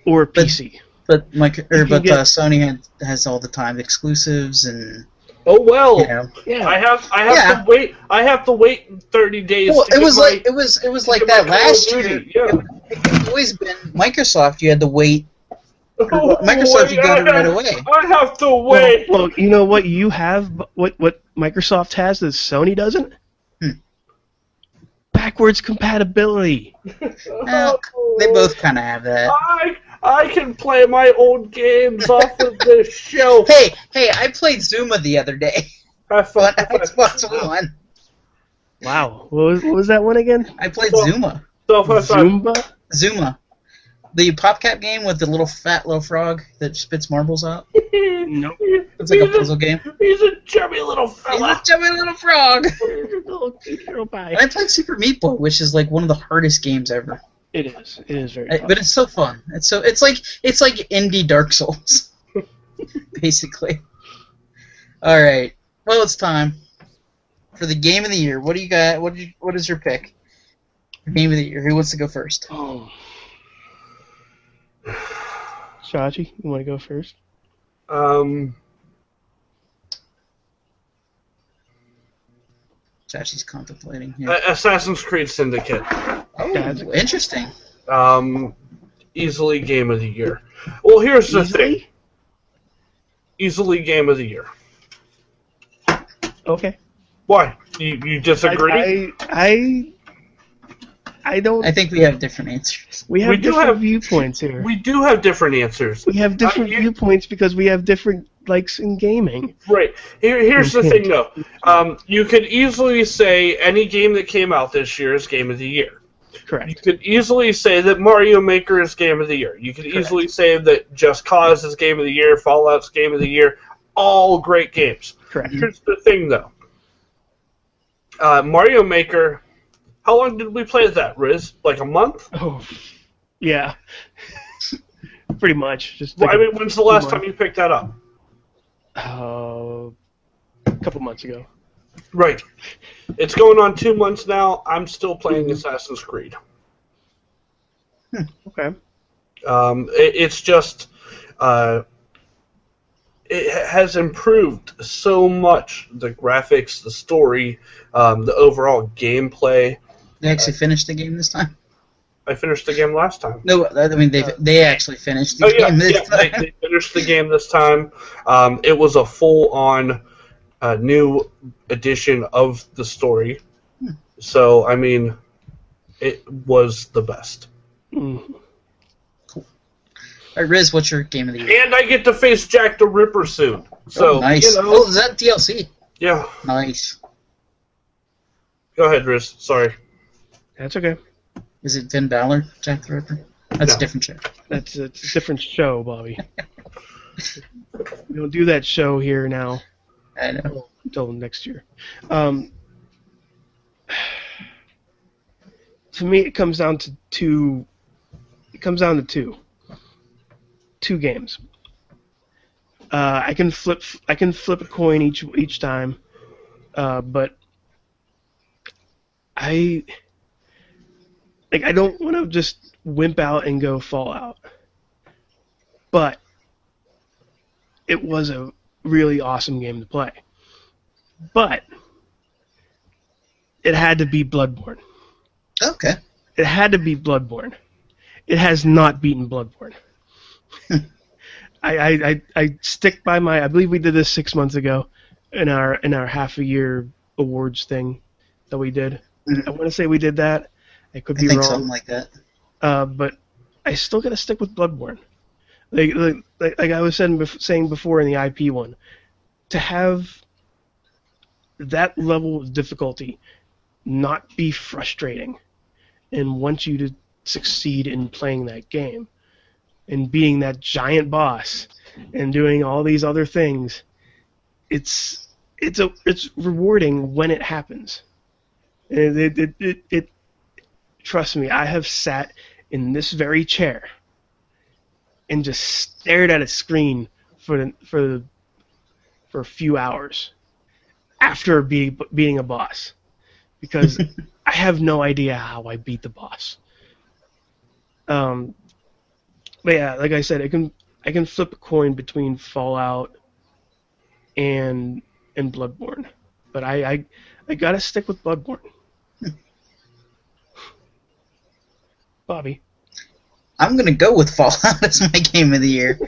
[SPEAKER 4] or PC.
[SPEAKER 1] but like or,
[SPEAKER 4] can
[SPEAKER 1] but
[SPEAKER 4] get-
[SPEAKER 1] uh, Sony had, has all the time exclusives and
[SPEAKER 3] Oh well.
[SPEAKER 1] you know.
[SPEAKER 4] yeah,
[SPEAKER 3] I have I have
[SPEAKER 1] Yeah.
[SPEAKER 3] to wait I have to wait thirty days.
[SPEAKER 1] Well,
[SPEAKER 3] to
[SPEAKER 1] it
[SPEAKER 3] get
[SPEAKER 1] was
[SPEAKER 3] my-
[SPEAKER 1] like it was it was
[SPEAKER 3] to
[SPEAKER 1] like
[SPEAKER 3] get
[SPEAKER 1] that
[SPEAKER 3] my Call of
[SPEAKER 1] last
[SPEAKER 3] Duty,
[SPEAKER 1] year.
[SPEAKER 3] yeah.
[SPEAKER 1] It's always been Microsoft. You had to wait Microsoft, you got it right away.
[SPEAKER 3] I have to
[SPEAKER 4] Well,
[SPEAKER 3] wait.
[SPEAKER 4] well, you know what you have, but what what Microsoft has that Sony doesn't.
[SPEAKER 1] Hmm.
[SPEAKER 4] Backwards compatibility.
[SPEAKER 1] Well, uh,
[SPEAKER 3] Oh.
[SPEAKER 1] They both kind of have that.
[SPEAKER 3] I I can play my old games off of the shelf.
[SPEAKER 1] Hey, hey, I played Zuma the other day
[SPEAKER 3] I
[SPEAKER 1] on
[SPEAKER 3] found-
[SPEAKER 1] Xbox One.
[SPEAKER 4] Wow, what was, what was that one again?
[SPEAKER 1] I played
[SPEAKER 3] Well-
[SPEAKER 1] Zuma.
[SPEAKER 3] So if I found-
[SPEAKER 4] Zumba.
[SPEAKER 1] Zuma. The PopCap game with the little fat little frog that spits marbles out.
[SPEAKER 4] Nope.
[SPEAKER 1] It's like a
[SPEAKER 3] He's a-
[SPEAKER 1] puzzle game.
[SPEAKER 3] He's a chubby little
[SPEAKER 1] He's
[SPEAKER 3] fella.
[SPEAKER 1] a chubby little frog. And
[SPEAKER 4] It
[SPEAKER 1] I played Super Meat Boy, which is like one of the hardest games ever.
[SPEAKER 4] is. It is very.
[SPEAKER 1] I-
[SPEAKER 4] tough.
[SPEAKER 1] But it's so fun. It's so it's like it's like indie Dark Souls, basically. All right. Well, it's time for the game of the year. What do you got? What do you, what is your pick? For Game of the year. Who wants to go first?
[SPEAKER 3] Um,
[SPEAKER 4] Oh. Shachi, you want to go first?
[SPEAKER 3] Um,
[SPEAKER 1] Josh, he's contemplating. Here.
[SPEAKER 3] A- Assassin's Creed Syndicate.
[SPEAKER 4] that's-
[SPEAKER 1] oh, interesting.
[SPEAKER 3] Um, easily game of the year. Well, here's the thing.
[SPEAKER 4] Easily.
[SPEAKER 3] Easily game of the year.
[SPEAKER 4] Okay.
[SPEAKER 3] Why? You, you disagree?
[SPEAKER 4] I, I. I. I don't.
[SPEAKER 1] I think we have different answers.
[SPEAKER 4] we have
[SPEAKER 3] we do
[SPEAKER 4] different
[SPEAKER 3] have-
[SPEAKER 4] viewpoints here.
[SPEAKER 3] we
[SPEAKER 4] We,
[SPEAKER 3] do have different answers.
[SPEAKER 4] have different
[SPEAKER 3] I- you-
[SPEAKER 4] viewpoints because we have different likes in gaming.
[SPEAKER 3] Right. Here, here's the
[SPEAKER 4] Mhm.
[SPEAKER 3] thing, though. Um, you could easily say any game that came out this year is game of the year. You
[SPEAKER 4] Correct.
[SPEAKER 3] could easily say that Mario Maker is game of the year. You could easily say that Just Cause is game of the year, Fallout's game of the year. All great games.
[SPEAKER 4] Correct.
[SPEAKER 3] Here's the thing, though. Uh, Mario Maker. How long did we play that, Riz? Like a month?
[SPEAKER 4] Oh. Yeah. Pretty much. Just.
[SPEAKER 3] Well, I mean, when's the last
[SPEAKER 4] months.
[SPEAKER 3] time you picked that up?
[SPEAKER 4] Uh, a couple months ago.
[SPEAKER 3] Right. It's going on two months now. I'm still playing Assassin's Creed.
[SPEAKER 4] Okay.
[SPEAKER 3] Um, it, it's just uh, it ha- has improved so much the graphics, the story, um, the overall gameplay.
[SPEAKER 1] They actually
[SPEAKER 3] Uh,
[SPEAKER 1] finished the game this time.
[SPEAKER 3] I finished the game last time.
[SPEAKER 1] No, I mean they they actually finished the
[SPEAKER 3] uh, Oh yeah,
[SPEAKER 1] game this
[SPEAKER 3] yeah, they,
[SPEAKER 1] time.
[SPEAKER 3] they finished the game this time. Um, it was a full-on uh, new edition of the story. So I mean, it was the best.
[SPEAKER 4] Mm.
[SPEAKER 1] All right, Riz, what's your game of the year?
[SPEAKER 3] And I get to face Jack the Ripper soon. So
[SPEAKER 1] oh, nice.
[SPEAKER 3] you know,
[SPEAKER 1] oh, is that DLC?
[SPEAKER 3] yeah.
[SPEAKER 1] Nice.
[SPEAKER 3] Go ahead, Riz. Sorry.
[SPEAKER 4] That's okay.
[SPEAKER 1] Is it Finn Balor, Jack the Ripper? That's
[SPEAKER 3] No.
[SPEAKER 1] a different show.
[SPEAKER 4] That's a, it's a different show, Bobby. we don't do that show here now
[SPEAKER 1] I know.
[SPEAKER 4] until next year. Um, to me, it comes down to two. It comes down to two. Two games. Uh, I can flip. I can flip a coin each each time, uh, but I like I don't want to just wimp out and go Fallout, but it was a really awesome game to play. But it had to be Bloodborne.
[SPEAKER 3] Oh.
[SPEAKER 1] Okay.
[SPEAKER 4] It had to be Bloodborne. It has not beaten Bloodborne. I, I, I, I stick by my. I believe we did this six months ago in our in our half a year awards thing that we did. I want to say we did that. I could
[SPEAKER 1] Mm-hmm. I
[SPEAKER 4] be
[SPEAKER 1] think
[SPEAKER 4] wrong.
[SPEAKER 1] something like that.
[SPEAKER 4] Uh, but I still gotta stick with Bloodborne. Like like, like, like I was saying, bef- saying before in the IP one, to have that level of difficulty not be frustrating, and want you to succeed in playing that game, and beating that giant boss, and doing all these other things, it's it's a it's rewarding when it happens. And it, it, it, it trust me, I have sat in this very chair and just stared at a screen for the- for the- for a few hours after be, beating a boss because I have no idea how I beat the boss. Um, but yeah, like I said, I can I can flip a coin between Fallout and and Bloodborne, but I I, I gotta stick with Bloodborne. Bobby.
[SPEAKER 1] I'm gonna go with Fallout as my game of the year.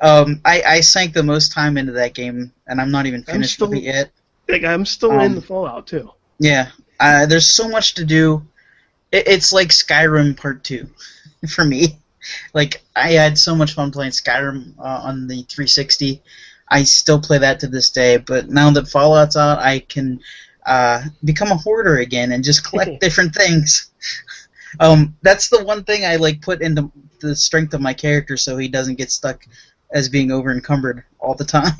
[SPEAKER 1] Um, I, I sank the most time into that game, and I'm not even finished
[SPEAKER 4] still-
[SPEAKER 1] with it yet.
[SPEAKER 4] Like I'm still
[SPEAKER 1] Um,
[SPEAKER 4] in the Fallout too.
[SPEAKER 1] Yeah, uh, there's so much to do. It, it's like Skyrim Part Two for me. Like I had so much fun playing Skyrim uh, on the 360. I still play that to this day. But now that Fallout's out, I can uh, become a hoarder again and just collect different things. Um, that's the one thing I like put into the strength of my character, so he doesn't get stuck as being over encumbered all the time.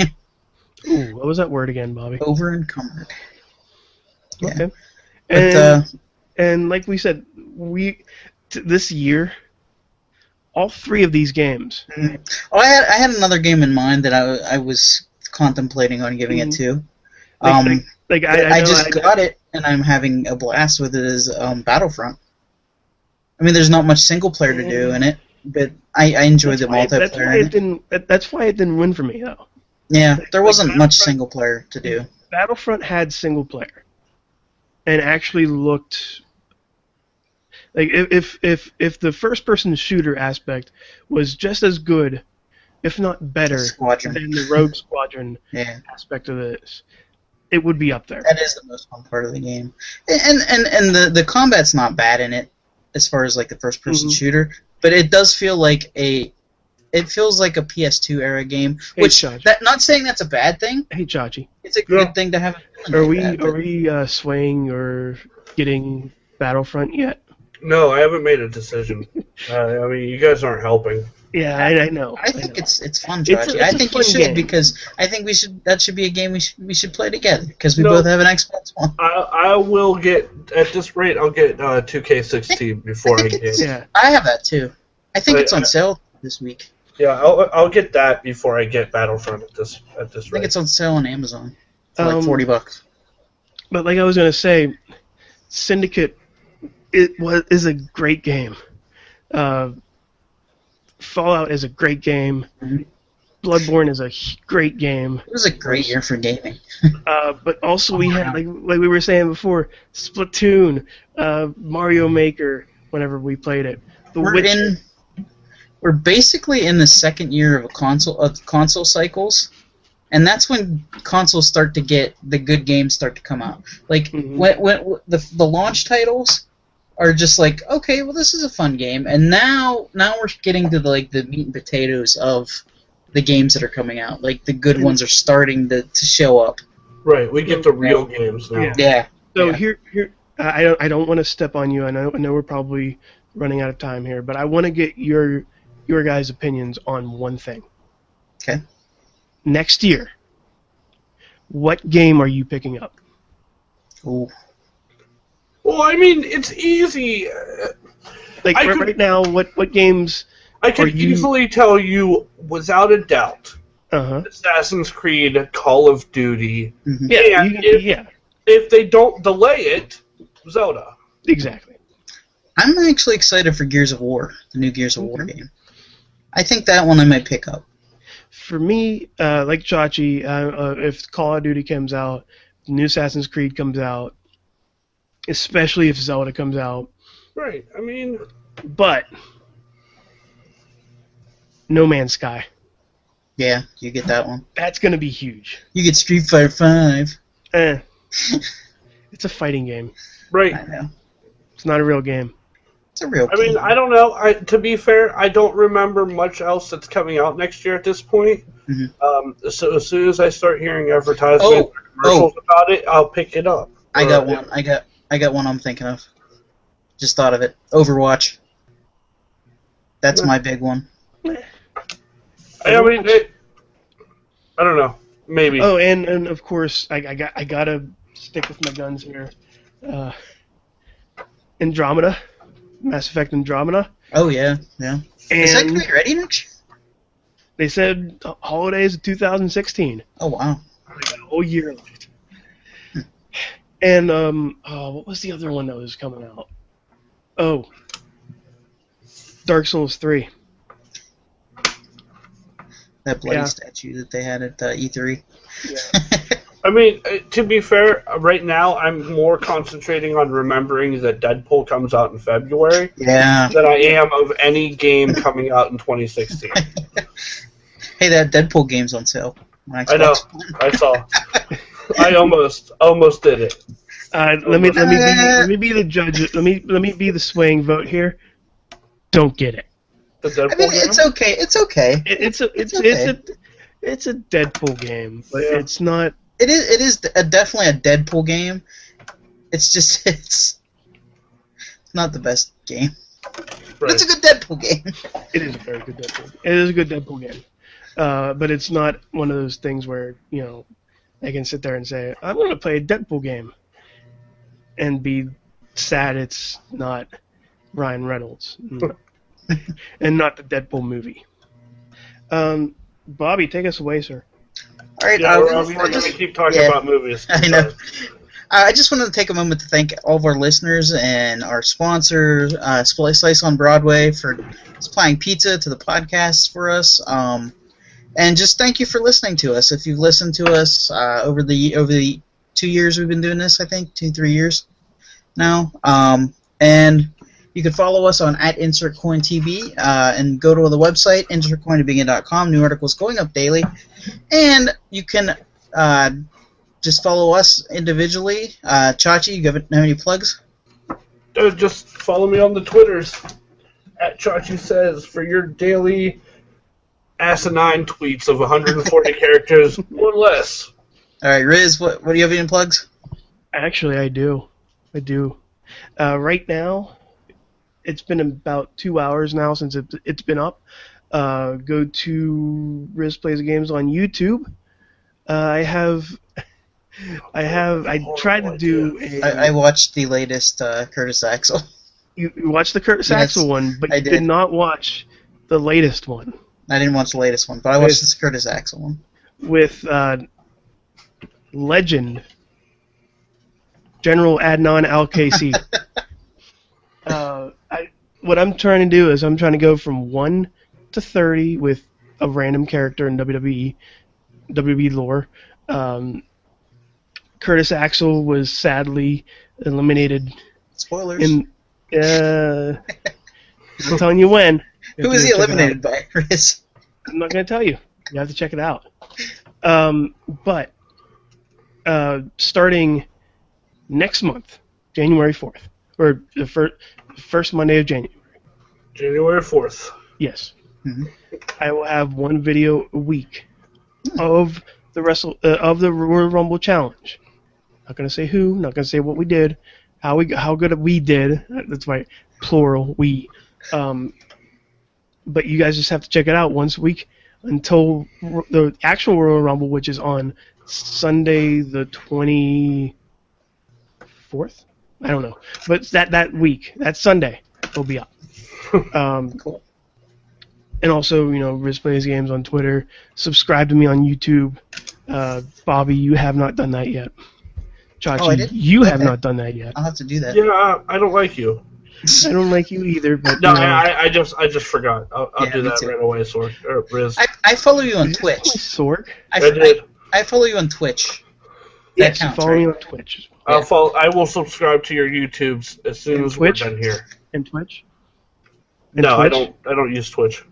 [SPEAKER 4] Ooh, what was that word again, Bobby?
[SPEAKER 1] over encumbered. Oh, yeah.
[SPEAKER 4] Okay.
[SPEAKER 1] But
[SPEAKER 4] And,
[SPEAKER 1] uh,
[SPEAKER 4] and like we said, we t- this year, all three of these games.
[SPEAKER 1] Oh, I had I had another game in mind that I I was contemplating on giving it to.
[SPEAKER 4] Mm-hmm. Like,
[SPEAKER 1] Um,
[SPEAKER 4] like, like,
[SPEAKER 1] I,
[SPEAKER 4] I, I, know
[SPEAKER 1] just
[SPEAKER 4] I-
[SPEAKER 1] got it, and I'm having a blast with it. Is um, Battlefront? I mean, there's not much single player to do in it, but I, I enjoyed
[SPEAKER 4] Mm-hmm. that's
[SPEAKER 1] the
[SPEAKER 4] why- That's why
[SPEAKER 1] multiplayer. in
[SPEAKER 4] it
[SPEAKER 1] it.
[SPEAKER 4] didn't. that- That's why it didn't win for me though.
[SPEAKER 1] Yeah, there
[SPEAKER 4] like
[SPEAKER 1] wasn't much
[SPEAKER 4] Battlefront-
[SPEAKER 1] single player to do.
[SPEAKER 4] Battlefront had single player, and actually looked like if if if, if the first person shooter aspect was just as good, if not better,
[SPEAKER 1] Squadron.
[SPEAKER 4] than the Rogue Squadron
[SPEAKER 1] Yeah,
[SPEAKER 4] aspect of this, it would be up there.
[SPEAKER 1] that is the most fun part of the game, and and and the the combat's not bad in it as far as like the first person
[SPEAKER 4] Mhm.
[SPEAKER 1] shooter, but it does feel like a it feels like a PS2 era game,
[SPEAKER 4] Hey,
[SPEAKER 1] which
[SPEAKER 4] Chachi.
[SPEAKER 1] that not saying that's a bad thing.
[SPEAKER 4] Hey, Chachi,
[SPEAKER 1] it's a
[SPEAKER 3] Yeah.
[SPEAKER 1] good thing to have. a
[SPEAKER 4] are we
[SPEAKER 1] feeling like that,
[SPEAKER 4] are
[SPEAKER 1] but-
[SPEAKER 4] we uh, swaying or getting Battlefront yet?
[SPEAKER 3] No, I haven't made a decision. uh, I mean, you guys aren't helping.
[SPEAKER 4] Yeah, I, I know.
[SPEAKER 1] I think it's it's fun,
[SPEAKER 4] It's a-
[SPEAKER 1] Josh.
[SPEAKER 4] it's
[SPEAKER 1] I
[SPEAKER 4] a
[SPEAKER 1] think you
[SPEAKER 4] fun
[SPEAKER 1] should
[SPEAKER 4] game.
[SPEAKER 1] because I think we should. That should be a game we should, we should play together because we
[SPEAKER 3] No.
[SPEAKER 1] both have an Xbox One.
[SPEAKER 3] I I will get at this rate. I'll get uh, 2K16 before I get.
[SPEAKER 4] Yeah,
[SPEAKER 1] I have that too. I think
[SPEAKER 3] But,
[SPEAKER 1] it's on
[SPEAKER 3] uh,
[SPEAKER 1] sale this week.
[SPEAKER 3] Yeah, I'll, I'll get that before I get Battlefront at this at this
[SPEAKER 1] I think
[SPEAKER 3] rate.
[SPEAKER 1] it's on sale on Amazon for
[SPEAKER 4] Um,
[SPEAKER 1] like forty bucks.
[SPEAKER 4] but like I was gonna say, Syndicate it was is a great game. Uh, Fallout is a great game.
[SPEAKER 1] Mhm.
[SPEAKER 4] Bloodborne is a h- great game.
[SPEAKER 1] It was a great year for gaming.
[SPEAKER 4] Uh, but also we had like like we were saying before, Splatoon, uh, Mario Maker. Whenever we played it, The
[SPEAKER 1] We're
[SPEAKER 4] Witcher.
[SPEAKER 1] in. We're basically in the second year of a console of console cycles, and that's when consoles start to get the good games start to come out. Like
[SPEAKER 4] Mhm.
[SPEAKER 1] when, when w- the the launch titles are just like okay, well this is a fun game, and now now we're getting to the, like the meat and potatoes of the games that are coming out. Like the good ones are starting to, to show up.
[SPEAKER 3] Right, we get the real games now.
[SPEAKER 4] Yeah.
[SPEAKER 1] Yeah,
[SPEAKER 4] So
[SPEAKER 1] Yeah.
[SPEAKER 4] here, here, I I don't, I don't want to step on you. I know, I know we're probably running out of time here, but I want to get your, your guys' opinions on one thing.
[SPEAKER 1] Okay.
[SPEAKER 4] Next year, what game are you picking up?
[SPEAKER 1] Ooh.
[SPEAKER 3] Well, I mean, it's easy. Uh,
[SPEAKER 4] Like
[SPEAKER 3] I
[SPEAKER 4] right,
[SPEAKER 3] could-
[SPEAKER 4] right now, what what games?
[SPEAKER 3] I can
[SPEAKER 4] Are you-
[SPEAKER 3] easily tell you without a doubt,
[SPEAKER 4] Uh huh.
[SPEAKER 3] Assassin's Creed, Call of Duty.
[SPEAKER 4] Yeah,
[SPEAKER 3] Yeah,
[SPEAKER 4] you-
[SPEAKER 3] if-
[SPEAKER 4] yeah,
[SPEAKER 3] If they don't delay it, Zelda.
[SPEAKER 4] exactly.
[SPEAKER 1] I'm actually excited for Gears of War, the new Gears of War game. I think that one I might pick up.
[SPEAKER 4] For me, uh, like Chachi, uh, uh, if Call of Duty comes out, new Assassin's Creed comes out, especially if Zelda comes out,
[SPEAKER 3] Right. I mean,
[SPEAKER 4] but No Man's Sky,
[SPEAKER 1] Yeah, you get that one.
[SPEAKER 4] that's going to be huge.
[SPEAKER 1] You get Street Fighter Five.
[SPEAKER 4] Eh. it's a fighting game.
[SPEAKER 3] right.
[SPEAKER 1] I know.
[SPEAKER 4] It's not a real game.
[SPEAKER 1] It's a real.
[SPEAKER 3] I mean,
[SPEAKER 1] game.
[SPEAKER 3] I don't know. I, to be fair, I don't remember much else that's coming out next year at this point.
[SPEAKER 1] Mhm.
[SPEAKER 3] Um, so as soon as I start hearing advertisements
[SPEAKER 1] Oh,
[SPEAKER 3] or commercials about it, I'll pick it up.
[SPEAKER 1] I got
[SPEAKER 3] Or-
[SPEAKER 1] one. I got I got one I'm thinking of. Just thought of it. Overwatch. That's my big one.
[SPEAKER 3] I, I mean, it, I don't know. Maybe.
[SPEAKER 4] Oh, and, and of course, I, I got I gotta stick with my guns here. Uh, Andromeda, Mass Effect Andromeda,
[SPEAKER 1] Oh yeah, yeah. Is that
[SPEAKER 4] and
[SPEAKER 1] coming ready next? year?
[SPEAKER 4] they said uh, holidays of 2016.
[SPEAKER 1] Oh wow.
[SPEAKER 4] We got a whole year left. And um, oh, what was the other one that was coming out? Oh, Dark Souls 3.
[SPEAKER 1] That bloody
[SPEAKER 4] Yeah.
[SPEAKER 1] statue that they had at uh, E3.
[SPEAKER 3] I mean, uh, to be fair, uh, right now I'm more concentrating on remembering that Deadpool comes out in February
[SPEAKER 1] Yeah.
[SPEAKER 3] than I am of any game coming out in 2016.
[SPEAKER 1] Hey, that Deadpool game's on sale. on
[SPEAKER 3] I know.
[SPEAKER 1] Xbox.
[SPEAKER 3] I saw. I almost almost did it.
[SPEAKER 4] Uh, let me let me be, let me be the judge. Let me let me be the swaying vote here. Don't get it.
[SPEAKER 3] The Deadpool
[SPEAKER 1] I mean,
[SPEAKER 3] game.
[SPEAKER 1] it's okay. It's okay.
[SPEAKER 4] It- it's a it's
[SPEAKER 1] It's
[SPEAKER 4] it's a it's a Deadpool game, but
[SPEAKER 3] Yeah.
[SPEAKER 4] it's not.
[SPEAKER 1] It is. It is a, definitely a Deadpool game. It's just it's not the best game. But it's a good Deadpool game.
[SPEAKER 4] It is a very good Deadpool. It is a good Deadpool game, uh, but it's not one of those things where you know I can sit there and say I'm going to play a Deadpool game, and be sad it's not Ryan Reynolds and- and not the Deadpool movie. Um, Bobby, take us away, sir.
[SPEAKER 1] All right.
[SPEAKER 3] Yeah,
[SPEAKER 1] uh,
[SPEAKER 3] we're,
[SPEAKER 1] we're
[SPEAKER 3] we're going to
[SPEAKER 1] just-
[SPEAKER 3] keep talking
[SPEAKER 1] yeah.
[SPEAKER 3] about movies.
[SPEAKER 1] I know. Uh, I just wanted to take a moment to thank all of our listeners and our sponsor, uh, Splice Slice on Broadway, for supplying pizza to the podcast for us. Um, and just thank you for listening to us. If you've listened to us uh, over the over the two years we've been doing this, I think two three years now. Um, and you can follow us on at InsertCoinTV uh, and go to the website insertcointobegin.com. New articles going up daily, and you can. Uh, just follow us individually. Uh, Chachi, you have have any plugs?
[SPEAKER 3] Uh, Just follow me on the Twitters at Chachi Says for your daily asinine tweets of 140 characters or less.
[SPEAKER 1] All right, Riz, what, what do you have any plugs?
[SPEAKER 4] Actually, I do. I do. Uh, right now, it's been about two hours now since it, it's been up. Uh, go to Riz Plays Games on YouTube. Uh, I have. I have. I tried to do. A,
[SPEAKER 1] I, I watched the latest uh, Curtis Axel.
[SPEAKER 4] you, you watched the Curtis
[SPEAKER 1] Yes,
[SPEAKER 4] Axel one, but
[SPEAKER 1] I
[SPEAKER 4] you did.
[SPEAKER 1] did.
[SPEAKER 4] not watch the latest one
[SPEAKER 1] I didn't watch the latest one, but I watched this Curtis Axel one.
[SPEAKER 4] with uh, legend General Adnan Al Casey. uh, I, what I'm trying to do is I'm trying to go from one to thirty with a random character in E, WWE, WWE E lore. Um, Curtis Axel was sadly eliminated
[SPEAKER 1] Spoilers.
[SPEAKER 4] in. Uh, I'm telling you when.
[SPEAKER 1] Who was he eliminated by? Riz.
[SPEAKER 4] I'm not going to tell you. You have to check it out. Um, but uh, starting next month, January 4th, or the fir- first Monday of January,
[SPEAKER 3] January 4th.
[SPEAKER 4] yes,
[SPEAKER 1] Mhm.
[SPEAKER 4] I will have one video a week of the wrestle uh, of the Royal Rumble challenge. Not going to say who. Not going to say what we did. How we how good we did. That's why plural we. Um, but you guys just have to check it out once a week until r- the actual Royal Rumble, which is on Sunday the twenty fourth. I don't know, but that that week, that Sunday, will be up. Um,
[SPEAKER 1] Cool.
[SPEAKER 4] And also, you know, Riz plays games on Twitter. Subscribe to me on YouTube. Uh, Bobby, you have not done that yet. Chachi,
[SPEAKER 1] Oh, I didn't?
[SPEAKER 4] you have
[SPEAKER 1] Okay.
[SPEAKER 4] not done that yet.
[SPEAKER 1] I'll have to do that.
[SPEAKER 3] Yeah, I don't like you.
[SPEAKER 4] I don't like you either, but
[SPEAKER 3] No,
[SPEAKER 4] you know,
[SPEAKER 3] I, I just I just forgot. I'll, I'll
[SPEAKER 1] Yeah,
[SPEAKER 3] do
[SPEAKER 1] me
[SPEAKER 3] that
[SPEAKER 1] too.
[SPEAKER 3] right away, Sork. Or Riz.
[SPEAKER 1] I, I follow you on
[SPEAKER 4] Did you call me
[SPEAKER 1] Twitch.
[SPEAKER 4] Sork.
[SPEAKER 1] I,
[SPEAKER 3] I did.
[SPEAKER 1] I, I follow you on Twitch. That
[SPEAKER 4] Yes, you
[SPEAKER 1] counts,
[SPEAKER 4] follow
[SPEAKER 1] right?
[SPEAKER 4] me on Twitch
[SPEAKER 3] I'll follow, I will subscribe to your YouTubes as soon
[SPEAKER 4] And
[SPEAKER 3] as
[SPEAKER 4] Twitch?
[SPEAKER 3] we're done here.
[SPEAKER 4] and Twitch. And
[SPEAKER 3] No, I
[SPEAKER 4] Twitch?
[SPEAKER 3] don't. I don't use Twitch.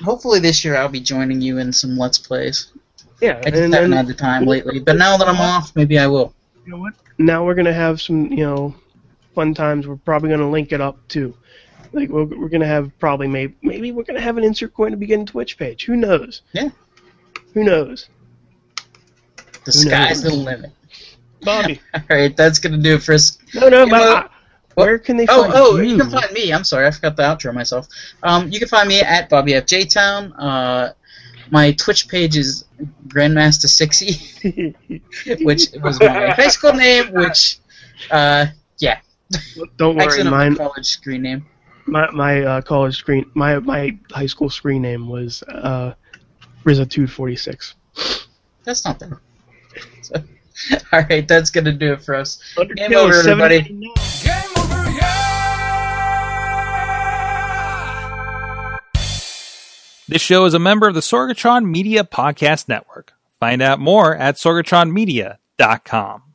[SPEAKER 1] Hopefully this year I'll be joining you in some Let's Plays.
[SPEAKER 4] Yeah,
[SPEAKER 1] I just
[SPEAKER 4] and
[SPEAKER 1] haven't
[SPEAKER 4] then
[SPEAKER 1] had the time lately, but now that I'm off, maybe I will.
[SPEAKER 4] you know what? Now we're gonna have some, you know, fun times. We're probably gonna link it up too. Like we're, we're gonna have probably maybe maybe we're gonna have an insert coin to begin Twitch page. Who knows?
[SPEAKER 1] Yeah.
[SPEAKER 4] Who knows?
[SPEAKER 1] The
[SPEAKER 4] Who knows?
[SPEAKER 1] sky's the limit.
[SPEAKER 4] Bobby.
[SPEAKER 1] All right, that's gonna do it for us.
[SPEAKER 4] no, no,
[SPEAKER 1] You
[SPEAKER 4] but
[SPEAKER 1] know-
[SPEAKER 4] I- where can they
[SPEAKER 1] Oh,
[SPEAKER 4] find
[SPEAKER 1] oh,
[SPEAKER 4] you?
[SPEAKER 1] you can find me. I'm sorry, I forgot to outro myself. Um, you can find me at Bobby F J Town. Uh, my Twitch page is Grandmaster Sixy, which was my high school name. Which, uh, yeah,
[SPEAKER 4] don't worry,
[SPEAKER 1] actually, no, my
[SPEAKER 4] mine
[SPEAKER 1] college screen name.
[SPEAKER 4] my my uh, college screen my my high school screen name was uh, Rizza two forty six.
[SPEAKER 1] That's not bad. So, all right, that's gonna do it for us. Game over, everybody.
[SPEAKER 5] Game over, yeah!
[SPEAKER 2] This show is a member of the Sorgatron Media Podcast Network. Find out more at sorgatronmedia.com.